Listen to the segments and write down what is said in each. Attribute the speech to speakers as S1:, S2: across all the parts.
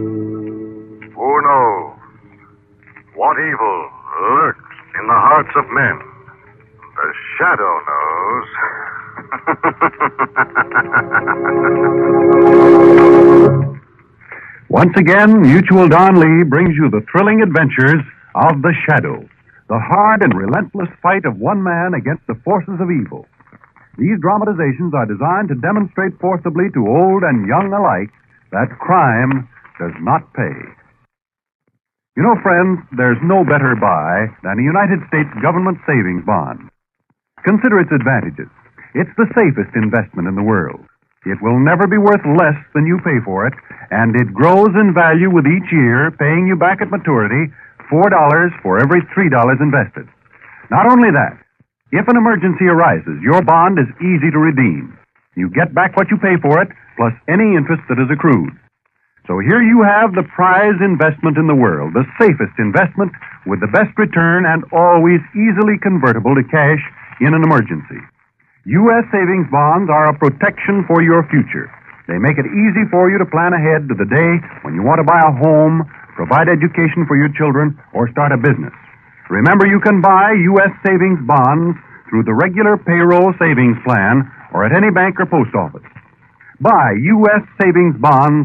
S1: Who knows what evil lurks in the hearts of men? The shadow knows.
S2: Once again, Mutual Don Lee brings you the thrilling adventures of The Shadow, the hard and relentless fight of one man against the forces of evil. These dramatizations are designed to demonstrate forcibly to old and young alike that crime does not pay. You know, friends, there's no better buy than a United States government savings bond. Consider its advantages. It's the safest investment in the world. It will never be worth less than you pay for it, and it grows in value with each year, paying you back at maturity $4 for every $3 invested. Not only that, if an emergency arises, your bond is easy to redeem. You get back what you pay for it, plus any interest that is accrued. So here you have the prize investment in the world, the safest investment with the best return and always easily convertible to cash in an emergency. U.S. savings bonds are a protection for your future. They make it easy for you to plan ahead to the day when you want to buy a home, provide education for your children, or start a business. Remember, you can buy U.S. savings bonds through the regular payroll savings plan or at any bank or post office. Buy U.S. savings bonds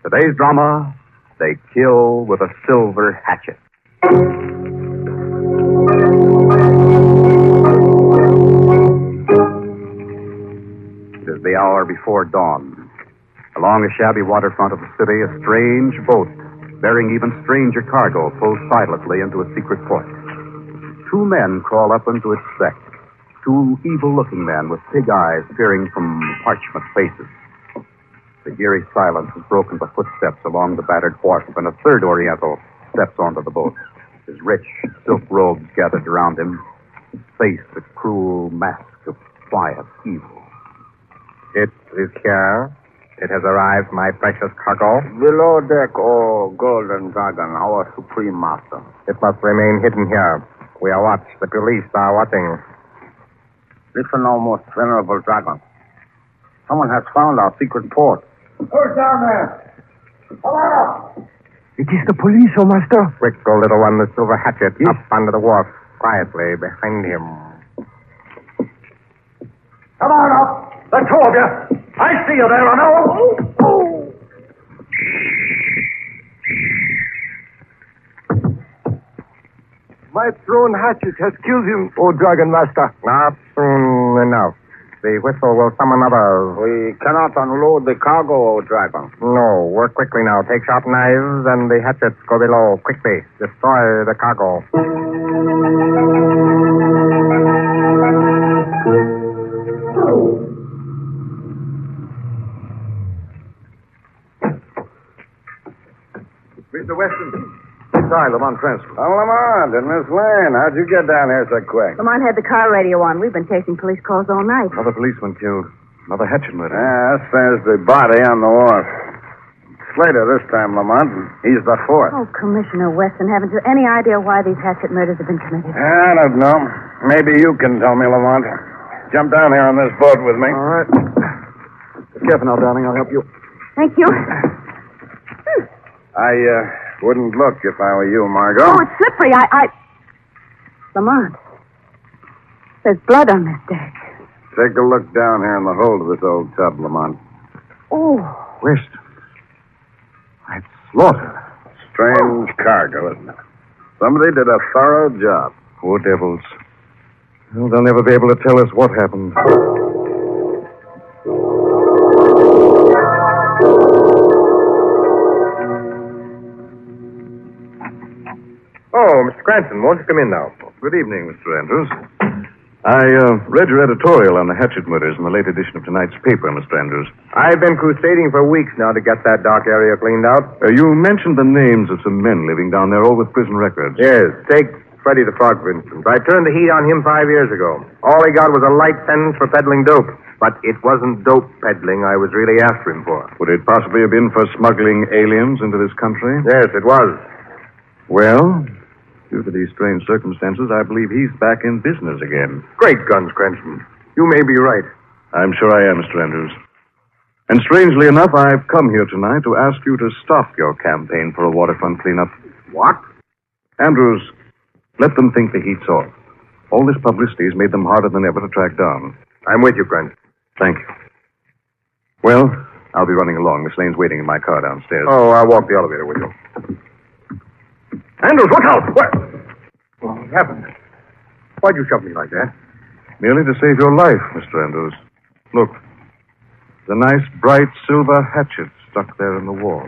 S3: Today's drama, They Kill with a Silver Hatchet. It is the hour before dawn. Along a shabby waterfront of the city, a strange boat bearing even stranger cargo pulls silently into a secret port. Two men crawl up into its deck. Two evil looking men with pig eyes peering from parchment faces. The eerie silence is broken by footsteps along the battered wharf, and a third Oriental steps onto the boat. His rich silk robes gathered around him, his face a cruel mask of quiet evil.
S4: It is here. It has arrived, my precious cargo.
S5: Below deck, O Golden Dragon, our supreme master.
S4: It must remain hidden here. We are watched. The police are watching.
S5: Listen, O most venerable dragon. Someone has found our secret port.
S6: It is the police, O master.
S4: Quick, go, little one, the silver hatchet up under the wharf, quietly behind him.
S5: Come on up! The two of you! I see you there, Ronaldo!
S6: My thrown hatchet has killed him, O dragon master.
S4: Not soon enough. The whistle will summon others.
S5: We cannot unload the cargo, O dragon.
S4: No, work quickly now. Take sharp knives and the hatchets. Go below quickly. Destroy the cargo.
S5: Mr. Weston. Sorry, Lamont Cranston. Oh, Lamont and Miss Lane, how'd you get down here so quick?
S7: Lamont had the car radio on. We've been chasing police calls all night.
S8: Oh,
S3: Another policeman killed. Another hatchet murder.
S5: Yes, there's the body on the wharf. Slater this time, Lamont. He's the fourth.
S7: Oh, Commissioner Weston, haven't you any idea why these hatchet murders have been committed?
S5: I don't know. Maybe you can tell me, Lamont. Jump down here on this boat with me.
S3: All right. Be careful now, darling. I'll help you.
S7: Thank you.
S5: I uh, wouldn't look if I were you,
S7: Oh,
S5: Margot.
S7: it's slippery. I, I. Lamont. There's blood on this deck.
S5: Take a look down here in the hold of this old tub, Lamont.
S7: Oh,
S3: West. That's slaughter.
S5: Strange cargo, isn't it?
S8: Somebody did a thorough job.
S4: Poor devils. Well, they'll never be able to tell us what happened. Oh, Mr. Cranston, won't you come in now?
S8: Good evening, Mr. Andrews. I uh, read your editorial on the Hatchet murders in the late edition of tonight's paper, Mr. Andrews.
S4: I've been crusading for weeks now to get that dark area cleaned out.
S8: Uh, you mentioned the names of some men living down there, all with prison records.
S4: Yes, take Freddie the Frog, for instance. I turned the heat on him five years ago. All he got was a light sentence for peddling dope. But it wasn't dope peddling I was really after him for.
S8: Would it possibly have been for smuggling aliens into this country?
S4: Yes, it was.
S8: Well, due to these strange circumstances, I believe he's back in business again.
S4: Great guns, Cranston. You may be right.
S8: I'm sure I am, Mr. Andrews. And strangely enough, I've come here tonight to ask you to stop your campaign for a waterfront cleanup.
S4: What?
S8: Andrews, let them think the heat's off. All this publicity has made them harder than ever to track down.
S4: I'm with you, Cranston.
S8: Thank you. Well, I'll be running along. Miss Lane's waiting in my car downstairs.
S4: Oh, I'll walk the elevator with you. Andrews, look out! What? Oh, heaven. Why'd you shove me like that?
S8: Merely to save your life, Mr. Andrews. Look. The nice, bright silver hatchet stuck there in the wall.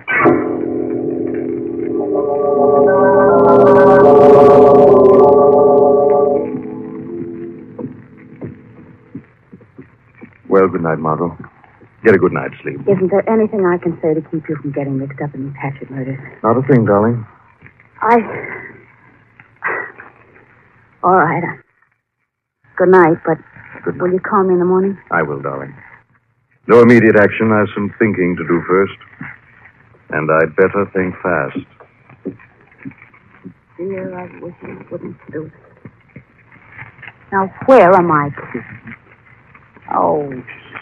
S8: Well, good night, Margot. Get a good night's sleep.
S7: Isn't there anything I can say to keep you from getting mixed up in these hatchet murders?
S8: Not a thing, darling.
S7: I. All right. Good night, but
S8: Good night.
S7: will you call me in the morning?
S8: I will, darling. No immediate action. I have some thinking to do first. And I'd better think fast.
S7: Dear, I wish you wouldn't do this. Now, where are my keys? Oh,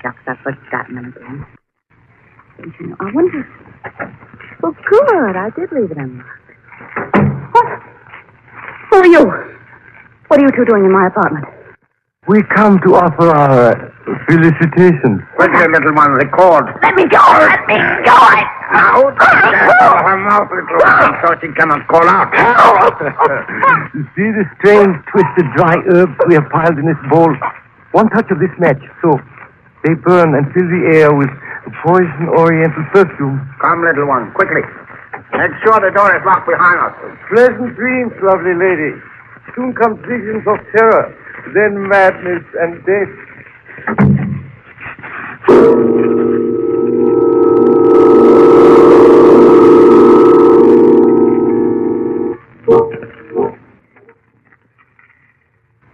S7: shucks, I've forgotten them again. Don't you know? I wonder. Well, good. I did leave it unlocked. What? Who are you? What are you two doing in my apartment?
S6: We come to offer our felicitations.
S5: Wait a little one, record.
S7: Let me go! Let me go! I...
S5: Now, cover her mouth, little one, so she cannot call out.
S7: Oh.
S6: See the strange twisted dry herbs we have piled in this bowl? One touch of this match, so they burn and fill the air with a poison oriental perfume.
S5: Come, little one, quickly. Make sure the door is locked behind us.
S6: Pleasant dreams, lovely lady. Soon come visions of terror, then madness and death.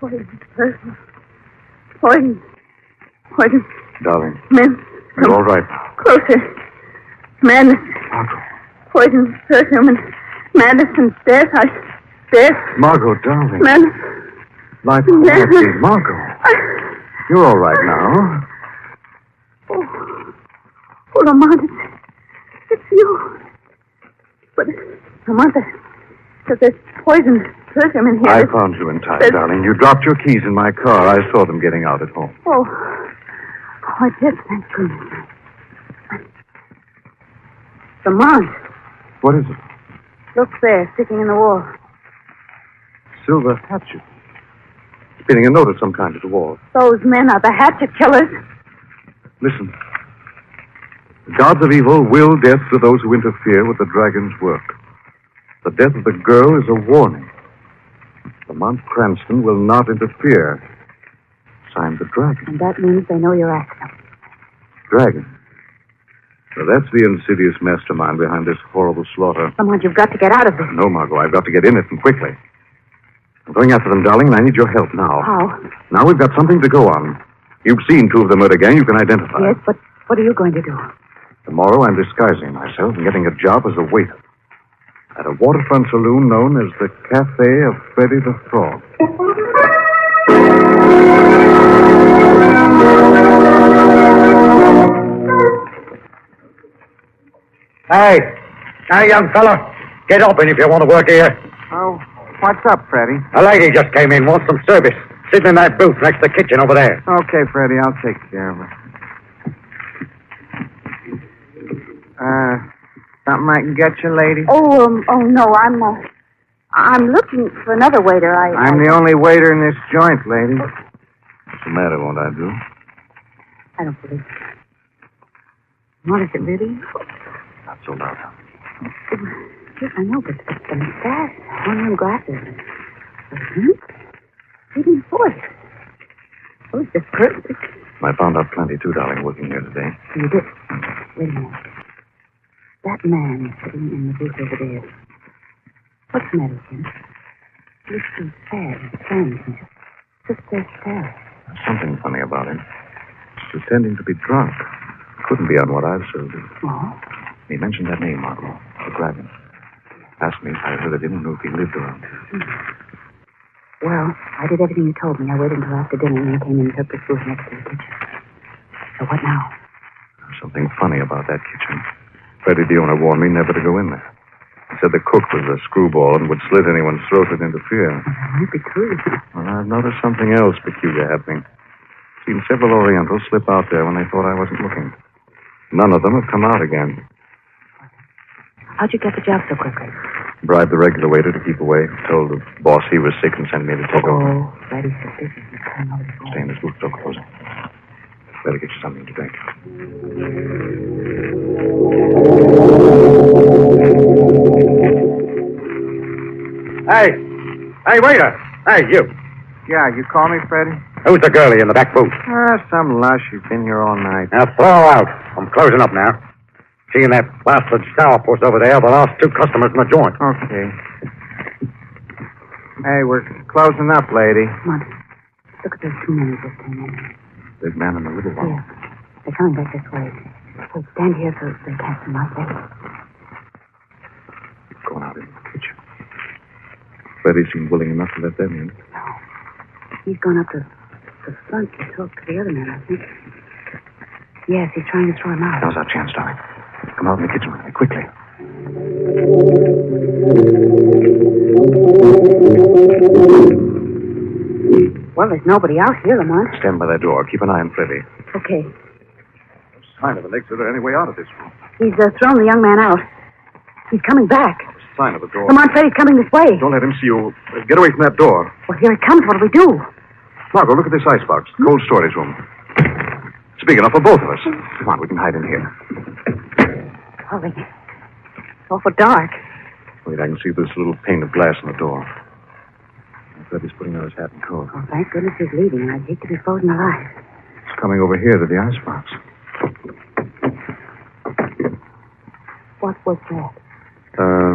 S7: Poison, poison, poison, poison.
S8: Darling,
S7: Men,
S8: you're all right now.
S7: closer. Madness,
S8: Margot.
S7: poison, perfume, and madness and death. I, death,
S8: Margot, darling.
S7: madness.
S8: Life
S7: No.
S8: can't be. Margot,
S7: I,
S8: you're all right now.
S7: oh, oh, Lamont, it's, it's you. But, Lamont, there- there- there's poison, perfume in here.
S8: I
S7: There's-
S8: found you in time,
S7: Yes.
S8: darling. You dropped your keys in my car. I saw them getting out at home.
S7: Oh, oh, I did. Thank goodness. The mark.
S8: What is it?
S7: Look there, sticking in the wall.
S8: Silver hatchet. Spinning a note of some kind at the wall.
S7: Those men are the hatchet killers.
S8: Listen. The gods of evil will death to those who interfere with the dragon's work. The death of the girl is a warning. The Mount Cranston will not interfere. Signed the dragon.
S7: And that means they know your accent.
S8: Dragon. So that's the insidious mastermind behind this horrible slaughter.
S7: Someone, you've got to get out of this.
S8: No, Margot, I've got to get in it and quickly. I'm going after them, darling, and I need your help now.
S7: How?
S8: Now we've got something to go on. You've seen two of the murder gang you can identify.
S7: Yes, but what are you going to do?
S8: Tomorrow I'm disguising myself and getting a job as a waiter at a waterfront saloon known as the Cafe of Freddy the Frog.
S4: Hey. Hey, young fella. Get open if you want to work here.
S5: Oh, what's up, Freddy?
S4: A lady just came in, wants some service. Sitting in that booth next to the kitchen over there.
S5: Okay, Freddy, I'll take care of her. Uh, something I can get you, lady?
S7: Oh, um, oh no, I'm, uh, I'm looking for another waiter. I.
S4: I'm the only waiter in this joint, lady.
S8: What's the matter? Won't I do?
S7: I don't believe it. What is it really?
S8: Not so loud.
S7: Yes, I know, but it's the mustache, horn glasses, the hint, hidden voice. Oh, it's just perfect.
S8: I found out plenty too, darling, working here today.
S7: You did. Wait a minute. That man is sitting in the booth over there. What's the matter with him? He looks so sad and strange. and Just just so still.
S8: There's something funny about him. He's pretending to be drunk. Couldn't be on what I've served him.
S7: Oh,
S8: He mentioned that name, Margot, the dragon. Asked me if I heard of him and knew if he lived around here.
S7: well, I did everything you told me. I waited until after dinner and I came in and took the food next to the kitchen. So what now?
S8: There's something funny about that kitchen. Freddie Diona warned me never to go in there. He said the cook was a screwball and would slit anyone's throat that interfered.
S7: That might be true.
S8: Well, I've noticed something else peculiar happening. Seen several Orientals slip out there when they thought I wasn't looking. None of them have come out again.
S7: How'd you get the job so quickly?
S8: Bribed the regular waiter to keep away. Told the boss he was sick and sent me to take over.
S7: Oh, Freddie's suspicious. He's coming over the
S8: Stay in this booth till closing. Better get you something to drink.
S4: Hey! Hey, waiter! Hey, you!
S3: Yeah, you call me, Freddie?
S4: Who's the girlie in the back booth?
S3: Ah, some lush. You've been here all night.
S4: Now, throw her out. I'm closing up now. She and that bastard sourpuss over there are the last two customers in the joint.
S3: Okay. Hey, we're closing up, lady.
S7: Come on. Look at those two men who just came in.
S8: Big man and the little one.
S7: Yeah. They're coming back this way. So stand here so they can't see my face.
S8: Going out in the kitchen. Freddie seemed willing enough to let them in.
S7: He's gone up to the front to talk to the other man, I think. Yes, he's trying to throw him out.
S8: Now's our chance, darling. Come out in the kitchen with me, quickly.
S7: Well, there's nobody out here, Lamont.
S8: Stand by that door. Keep an eye on Freddie.
S7: Okay.
S8: Sign of an exit or any way out of this room.
S7: He's uh, thrown the young man out. He's coming back.
S8: Sign of a door.
S7: Lamont Freddy's coming this way.
S8: Don't let him see you. Uh, Get away from that door.
S7: Well, here he comes. What do we do?
S8: Margot, look at this icebox. Cold storage room. It's big enough for both of us. Come on, we can hide in here.
S7: Holy. It's awful dark.
S8: Wait, I can see this little pane of glass in the door. Freddie's putting on his hat and coat.
S7: Well, Oh, thank goodness he's leaving. I'd hate to be frozen alive.
S8: He's coming over here to the icebox.
S7: What was that?
S8: Uh,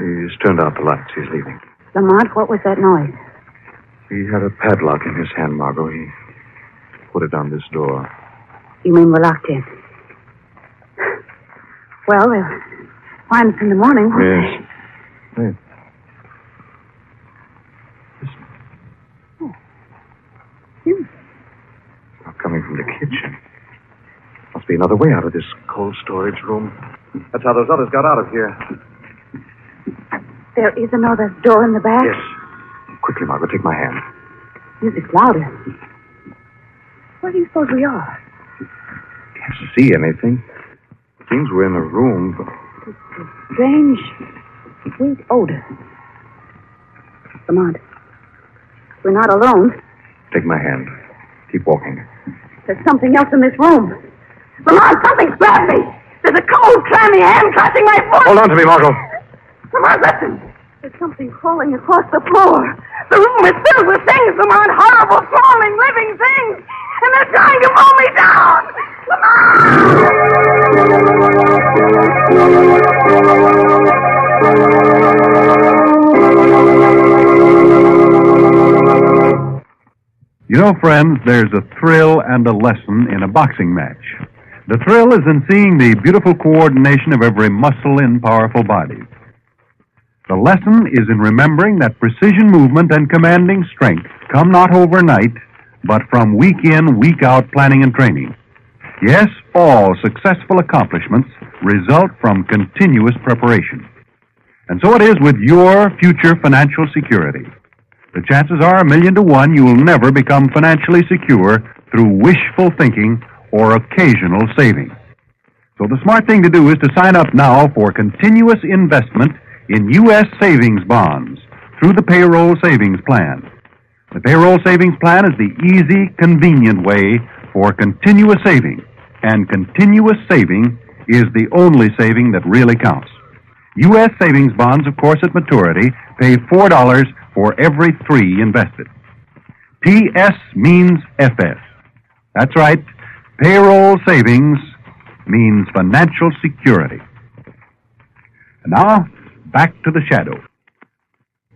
S8: he's turned out the lights. He's leaving.
S7: Lamont, what was that noise?
S8: He had a padlock in his hand, Margot. He put it on this door.
S7: You mean we're locked in? Well, they'll find us in the morning. won't they?
S8: Yes. Hey. Listen.
S7: You.
S8: Not coming from the kitchen. Must be another way out of this cold storage room. That's how those others got out of here.
S7: There is another door in the back.
S8: Yes. Quickly, Margaret, take my hand.
S7: Music's louder. Where do you suppose we are?
S8: Can't see anything. Seems we're in a room, but
S7: Strange, sweet odor. Lamont, we're not alone.
S8: take my hand. Keep walking.
S7: There's something else in this room. Lamont, something's grabbed me. There's a cold, clammy hand clutching my foot.
S8: Hold on to me, Margot.
S7: Lamont, listen. There's something crawling across the floor. The room is filled with things, Lamont. Horrible, crawling, living things. And they're trying to pull me down.
S2: You know, friends, there's a thrill and a lesson in a boxing match. The thrill is in seeing the beautiful coordination of every muscle in powerful bodies. The lesson is in remembering that precision movement and commanding strength come not overnight, but from week in, week out planning and training. Yes, all successful accomplishments result from continuous preparation. And so it is with your future financial security. The chances are a million to one you will never become financially secure through wishful thinking or occasional saving. So the smart thing to do is to sign up now for continuous investment in U.S. savings bonds through the payroll savings plan. The payroll savings plan is the easy, convenient way for continuous saving, and continuous saving is the only saving that really counts. U.S. savings bonds, of course, at maturity, pay $4 for every three invested. PS means FS. That's right. Payroll savings means financial security. And now, back to the shadow.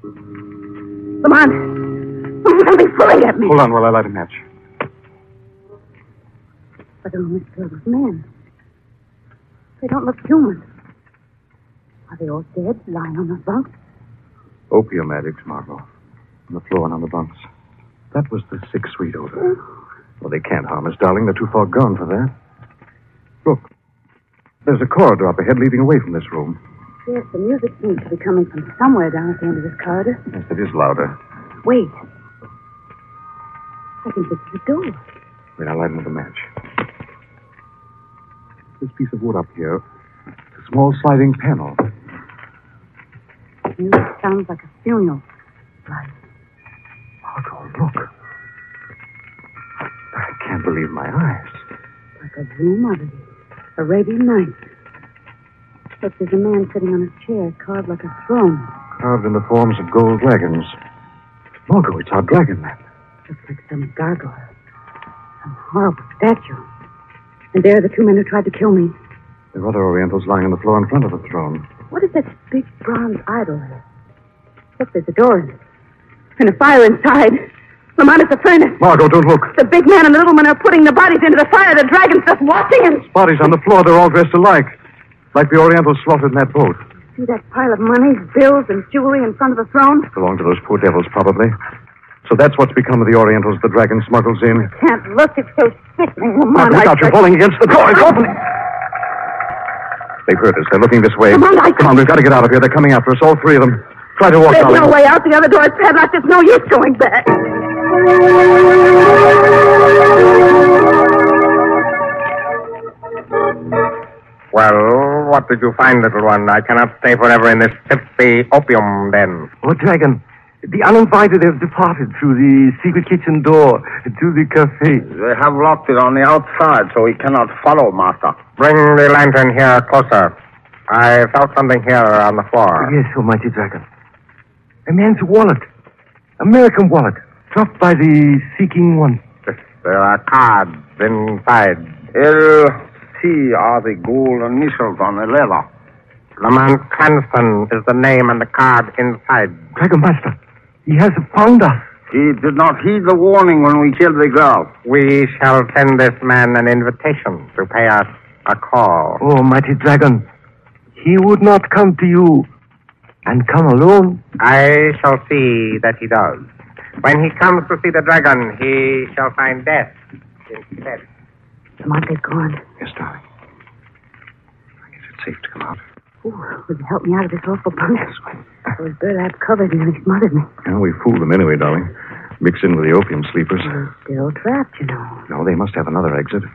S7: Come on. Something's pulling at me.
S8: Hold on while I light a match.
S7: But they're only skeletal men. They don't look human. Are they all dead, lying on the bunk?
S8: Opium addicts, Margot. On the floor and on the bunks. That was the sick sweet odor. Well, they can't harm us, darling. They're too far gone for that. Look. There's a corridor up ahead leading away from this room.
S7: Yes, the music seems to be coming from somewhere down at the end of this corridor.
S8: Yes, it is louder.
S7: Wait. I think it's the door.
S8: Wait, I'll light another match. This piece of wood up here, it's a small sliding panel.
S7: The music sounds like a funeral. Right.
S8: Margot, look. I can't believe my eyes.
S7: Like a dream of it. Arabian Nights. Look, there's a man sitting on a chair carved like a throne.
S8: Carved in the forms of gold dragons. Margot, it's our dragon man.
S7: Looks like some gargoyle. Some horrible statue. And there are the two men who tried to kill me.
S8: There are other Orientals lying on the floor in front of the throne.
S7: What is that big bronze idol there? Look, there's a door in it. And a fire inside. Lamont, it's a furnace.
S8: Margot, don't look.
S7: The big man and the little man are putting the bodies into the fire. The dragon's just watching and...
S8: Bodies on the floor, they're all dressed alike. Like the Orientals slaughtered in that boat.
S7: See that pile of money, bills, and jewelry in front of the throne?
S8: Belong to those poor devils, probably. So that's what's become of the Orientals the dragon smuggles in.
S7: Can't look, it's so sickening,
S8: Margot,
S7: Lamont.
S8: look
S7: I
S8: out, you're
S7: just-
S8: falling against the door. It's opening. They've heard us. They're looking this way.
S7: Come on, I-
S8: Come on, we've got to get out of here. They're coming after us, all three of them. Try to walk
S7: There's
S8: out.
S7: no way out. The other door is padlocked. There's no use going back.
S4: Well, what did you find, little one? I cannot stay forever in this filthy opium den.
S6: Oh, Dragon, the uninvited have departed through the secret kitchen door to the cafe.
S5: They have locked it on the outside, so he cannot follow, Master.
S4: Bring the lantern here closer. I felt something here on the floor.
S6: Yes, almighty Dragon. A man's wallet. American wallet. Dropped by the seeking one.
S4: There are cards inside.
S5: L C are the gold initials on the leather.
S4: Lamont Cranston is the name and the card inside.
S6: Dragon Master, he has found us.
S5: He did not heed the warning when we killed the girl.
S4: We shall send this man an invitation to pay us a call.
S6: Oh, mighty Dragon, he would not come to you and come alone.
S4: I shall see that he does. When he comes to see the dragon, he shall find death instead.
S7: Lamont, they're gone.
S8: Yes, darling. I guess it's safe to come out.
S7: Ooh, would you help me out of this awful bunk? Those burlap covers nearly smothered me.
S8: Yeah, we fooled them anyway, darling. Mix in with the opium sleepers.
S7: Still trapped, you know.
S8: No, they must have another exit.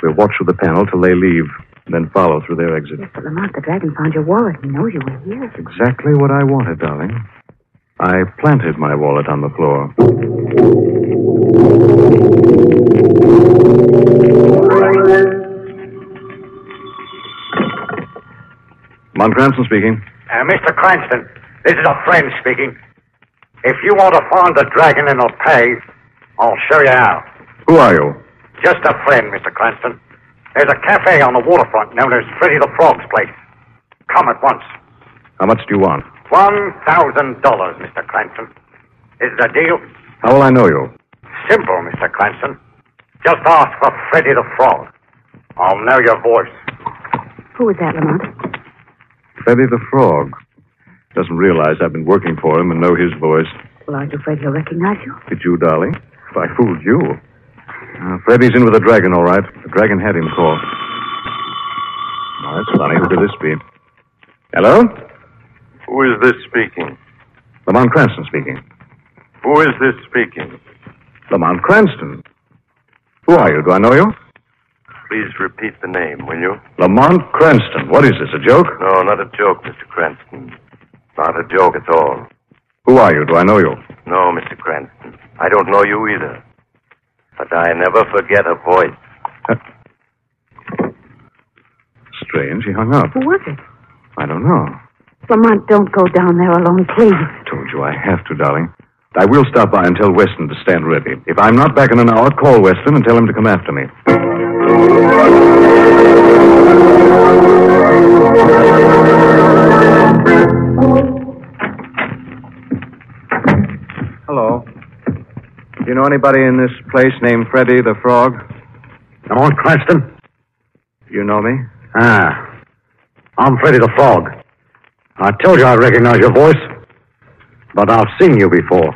S8: We'll watch through the panel till they leave, and then follow through their exit.
S7: Yes, but Lamont, the dragon found your wallet. He knows you were here.
S8: Exactly what I wanted, darling. I planted my wallet on the floor. Montranson speaking.
S9: Uh, Mr. Cranston, this is a friend speaking. If you want to find the dragon and I'll pay, I'll show you how.
S8: Who are you?
S9: Just a friend, Mr. Cranston. There's a cafe on the waterfront known as Freddy the Frog's place. Come at once.
S8: How much do you want?
S9: One thousand dollars, Mr. Cranston. Is the deal
S8: How will I know you?
S9: simple, Mr. Cranston? Just ask for Freddy the Frog. I'll know your voice.
S7: Who was that, Lamont?
S8: Freddy the Frog. Doesn't realize I've been working for him and know his voice.
S7: Well, aren't you afraid he'll recognize you?
S8: Did you, darling? If I fooled you. Uh, Freddy's in with the dragon, all right. The dragon had him caught. Now, that's funny. Who could this be? Hello?
S10: Who is this speaking?
S8: Lamont Cranston speaking.
S10: Who is this speaking?
S8: Lamont Cranston. Who are you? Do I know you?
S10: Please repeat the name, will you?
S8: Lamont Cranston. What is this, a joke?
S10: No, not a joke, Mr. Cranston. Not a joke at all.
S8: Who are you? Do I know you?
S10: No, Mr. Cranston. I don't know you either. But I never forget a voice.
S8: Strange. He hung up.
S7: Who was it?
S8: I don't know.
S7: Lamont, don't go down there alone, please.
S8: Told you I have to, darling. I will stop by and tell Weston to stand ready. If I'm not back in an hour, call Weston and tell him to come after me.
S3: Hello. Do you know anybody in this place named Freddy the Frog?
S11: Come on, Cranston.
S3: You know me?
S11: Ah. I'm Freddy the Frog. I told you I recognize your voice. But I've seen you before.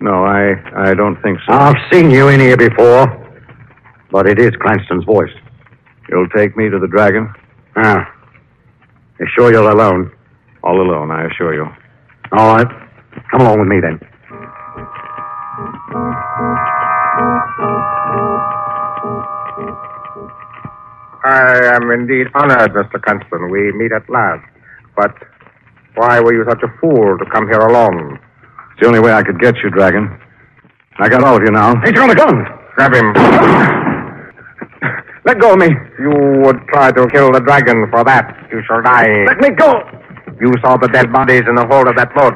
S3: No, I, I don't think so.
S11: I've seen you in here before. But it is Cranston's voice.
S3: You'll take me to the dragon?
S11: Ah. You sure you're alone?
S3: All alone, I assure you.
S11: All right. Come along with me then.
S4: I am indeed honored, Mr. Cranston. We meet at last. But why were you such a fool to come here alone?
S8: It's the only way I could get you, Dragon. I got all of you now.
S11: He's got a gun.
S4: Grab him.
S11: Let go of me.
S4: You would try to kill the dragon for that. You shall die.
S11: Let me go.
S4: You saw the dead bodies in the hold of that boat.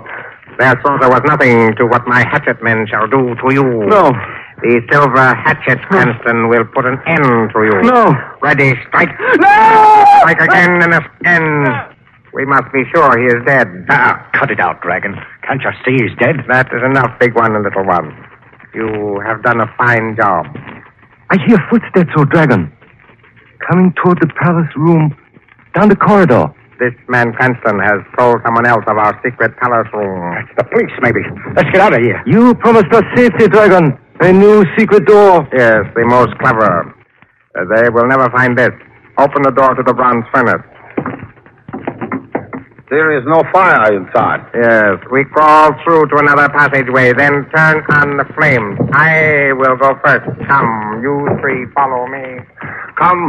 S4: Therefore, there was nothing to what my hatchet men shall do to you.
S11: No.
S4: The silver hatchet, Cranston, will put an end to you.
S11: No.
S4: Ready, strike.
S11: No!
S4: Strike again and again. We must be sure he is dead.
S11: Ah, cut it out, Dragon. Can't you see he's dead?
S4: That is enough, big one and little one. You have done a fine job.
S6: I hear footsteps, O dragon. Coming toward the palace room, down the corridor.
S4: This man Cranston has told someone else of our secret palace room.
S11: It's the police, maybe. Let's get out of here.
S6: You promised us safety, dragon. A new secret door.
S4: Yes, the most clever. Uh, They will never find this. Open the door to the bronze furnace.
S12: There is no fire inside.
S4: Yes, we crawl through to another passageway, then turn on the flames. I will go first. Come, you three, follow me.
S12: Come,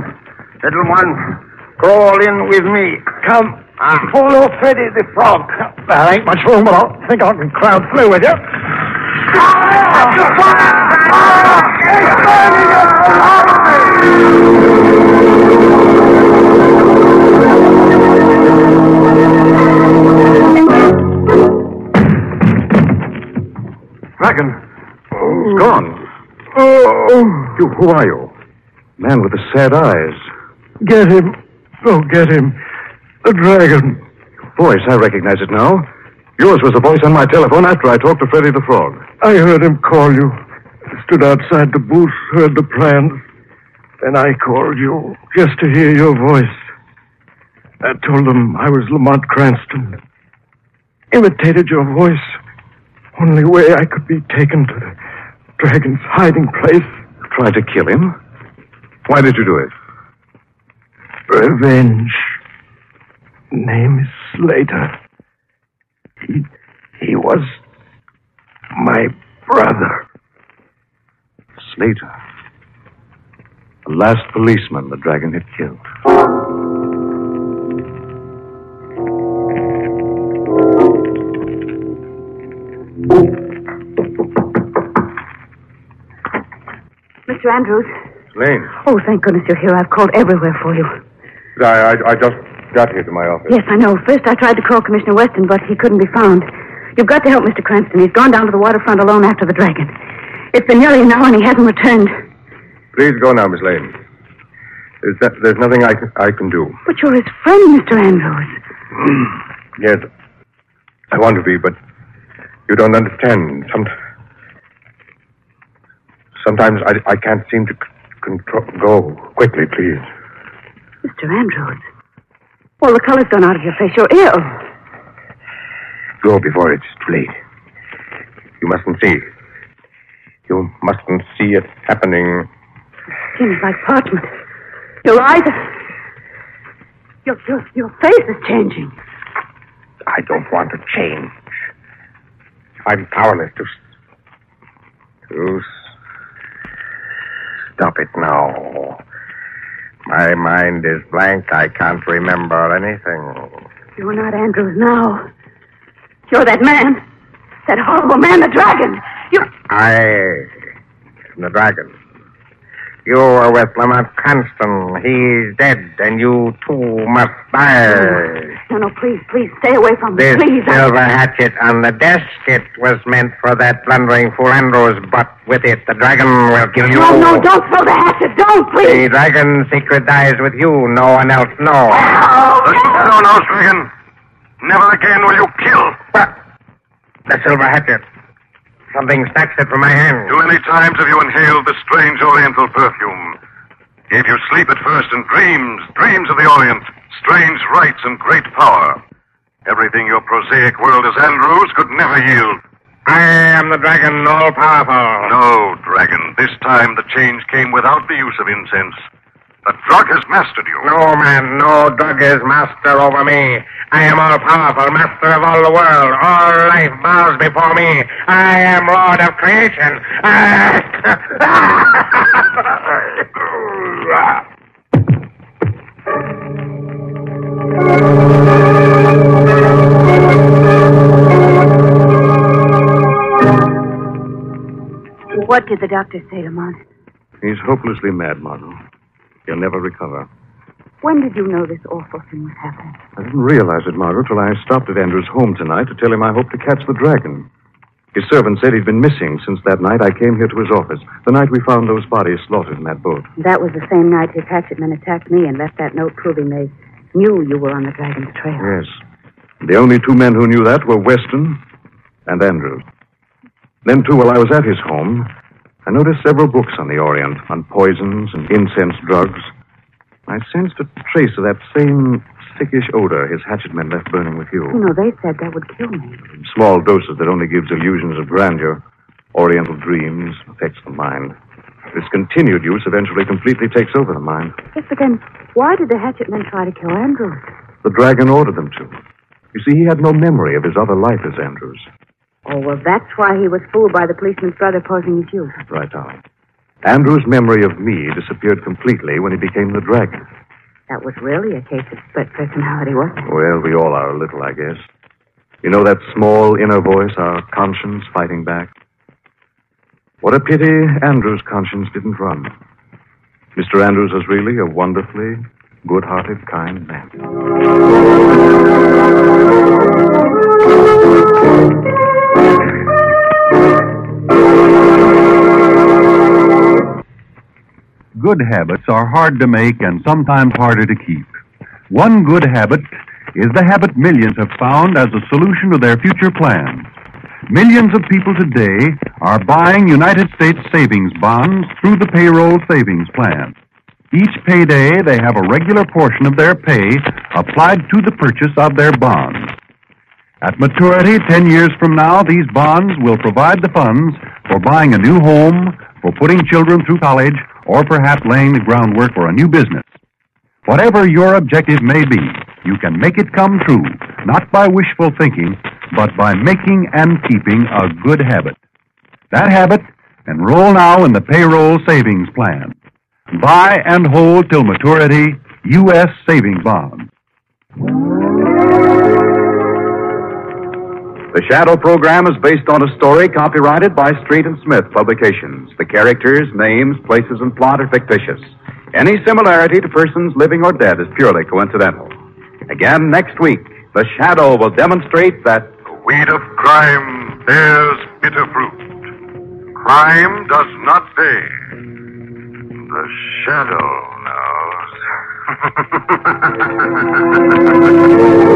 S12: little one. Crawl in with me. Come. Ah. Follow Freddy the Frog.
S11: There ain't much room, but I think I can crowd through with you.
S8: Dragon. He's gone.
S6: Oh.
S8: You, who are you? Man with the sad eyes.
S6: Get him. Oh, get him. The dragon.
S8: Voice, I recognize it now. Yours was the voice on my telephone after I talked to Freddy the Frog.
S6: I heard him call you. Stood outside the booth, heard the plans. Then I called you just to hear your voice. I told them I was Lamont Cranston. Imitated your voice. Only way I could be taken to the dragon's hiding place.
S8: Tried to kill him? Why did you do it?
S6: Revenge. Name is Slater. He, he was my brother.
S8: Slater. The last policeman the dragon had killed.
S7: Mr. Andrews.
S13: Lane,
S7: Oh, thank goodness you're here. I've called everywhere for you.
S13: I, I, I just got here to my office.
S7: Yes, I know. First, I tried to call Commissioner Weston, but he couldn't be found. You've got to help Mr. Cranston. He's gone down to the waterfront alone after the dragon. It's been nearly an hour and he hasn't returned.
S13: Please go now, Miss Lane. There's, no- there's nothing I can, I can do.
S7: But you're his friend, Mr. Andrews.
S13: Yes, I want to be, but you don't understand. Some, sometimes I, I can't seem to c- control. Go quickly, please.
S7: Mr. Andrews. Well, the color's gone out of your Oh. face. You're ill.
S13: Go before it's too late. You mustn't see. You mustn't see it happening.
S7: Skin is like parchment. Your eyes are... Your, your, your face is changing.
S13: I don't want to change. I'm powerless to. to.
S4: Stop it now. My mind is blank. I can't remember anything.
S7: You're not Andrews now. You're that man. That horrible man, the dragon. You.
S4: I am the dragon. You were with Lamont Constant. He's dead, and you too must die.
S7: No, no, please, please, stay away from me.
S4: This
S7: please. I-
S4: silver hatchet on the desk, it was meant for that blundering fool Andrews, but with it, the dragon will kill you.
S7: No, no, don't throw the hatchet. Don't, please.
S4: The dragon's secret dies with you. No one else knows.
S1: The shadow knows, Regan. Never again will you kill.
S4: The silver hatchet. Something snatched it from my hand.
S1: Too many times have you inhaled the strange oriental perfume. Gave you sleep at first and dreams, dreams of the Orient, strange rites and great power. Everything your prosaic world as Andrews could never yield.
S4: I am the dragon, all powerful.
S1: No, dragon. This time the change came without the use of incense. The drug has mastered you.
S4: No man, no drug is master over me. I am all powerful, master of all the world. All life bows before me. I am lord of creation. I...
S7: What did the doctor say, Lamont?
S8: He's hopelessly mad, Margot. He'll never recover.
S7: When did you know this awful thing was happening?
S8: I didn't realize it, Margot, till I stopped at Andrew's home tonight to tell him I hoped to catch the dragon. His servant said he'd been missing since that night I came here to his office, the night we found those bodies slaughtered in that boat.
S7: That was the same night his hatchet men attacked me and left that note proving they knew you were on the dragon's trail.
S8: Yes. The only two men who knew that were Weston and Andrews. Then, too, while I was at his home, I noticed several books on the Orient, on poisons and incense drugs. I sensed a trace of that same sickish odor his hatchet men left burning with you.
S7: You know, they said that would kill me.
S8: Small doses that only gives illusions of grandeur. Oriental dreams affects the mind. This continued use eventually completely takes over the mind.
S7: Yes, but then why did the hatchet men try to kill Andrews?
S8: The dragon ordered them to. You see, he had no memory of his other life as Andrews.
S7: Oh, well, that's why he was fooled by the policeman's brother posing as you.
S8: Right on. Andrew's memory of me disappeared completely when he became the dragon.
S7: That was really a case of split personality, wasn't it?
S8: Well, we all are a little, I guess. You know that small inner voice, our conscience fighting back? What a pity Andrew's conscience didn't run. Mr. Andrews is really a wonderfully good hearted, kind man.
S2: Good habits are hard to make and sometimes harder to keep. One good habit is the habit millions have found as a solution to their future plans. Millions of people today are buying United States savings bonds through the payroll savings plan. Each payday, they have a regular portion of their pay applied to the purchase of their bonds. At maturity, 10 years from now, these bonds will provide the funds for buying a new home, for putting children through college, or perhaps laying the groundwork for a new business. Whatever your objective may be, you can make it come true, not by wishful thinking, but by making and keeping a good habit. That habit, enroll now in the payroll savings plan. Buy and hold till maturity U.S. savings bonds.
S3: The Shadow program is based on a story copyrighted by Street and Smith Publications. The characters, names, places, and plot are fictitious. Any similarity to persons living or dead is purely coincidental. Again, next week, The Shadow will demonstrate that
S1: Weed of crime bears bitter fruit. Crime does not pay. The shadow knows.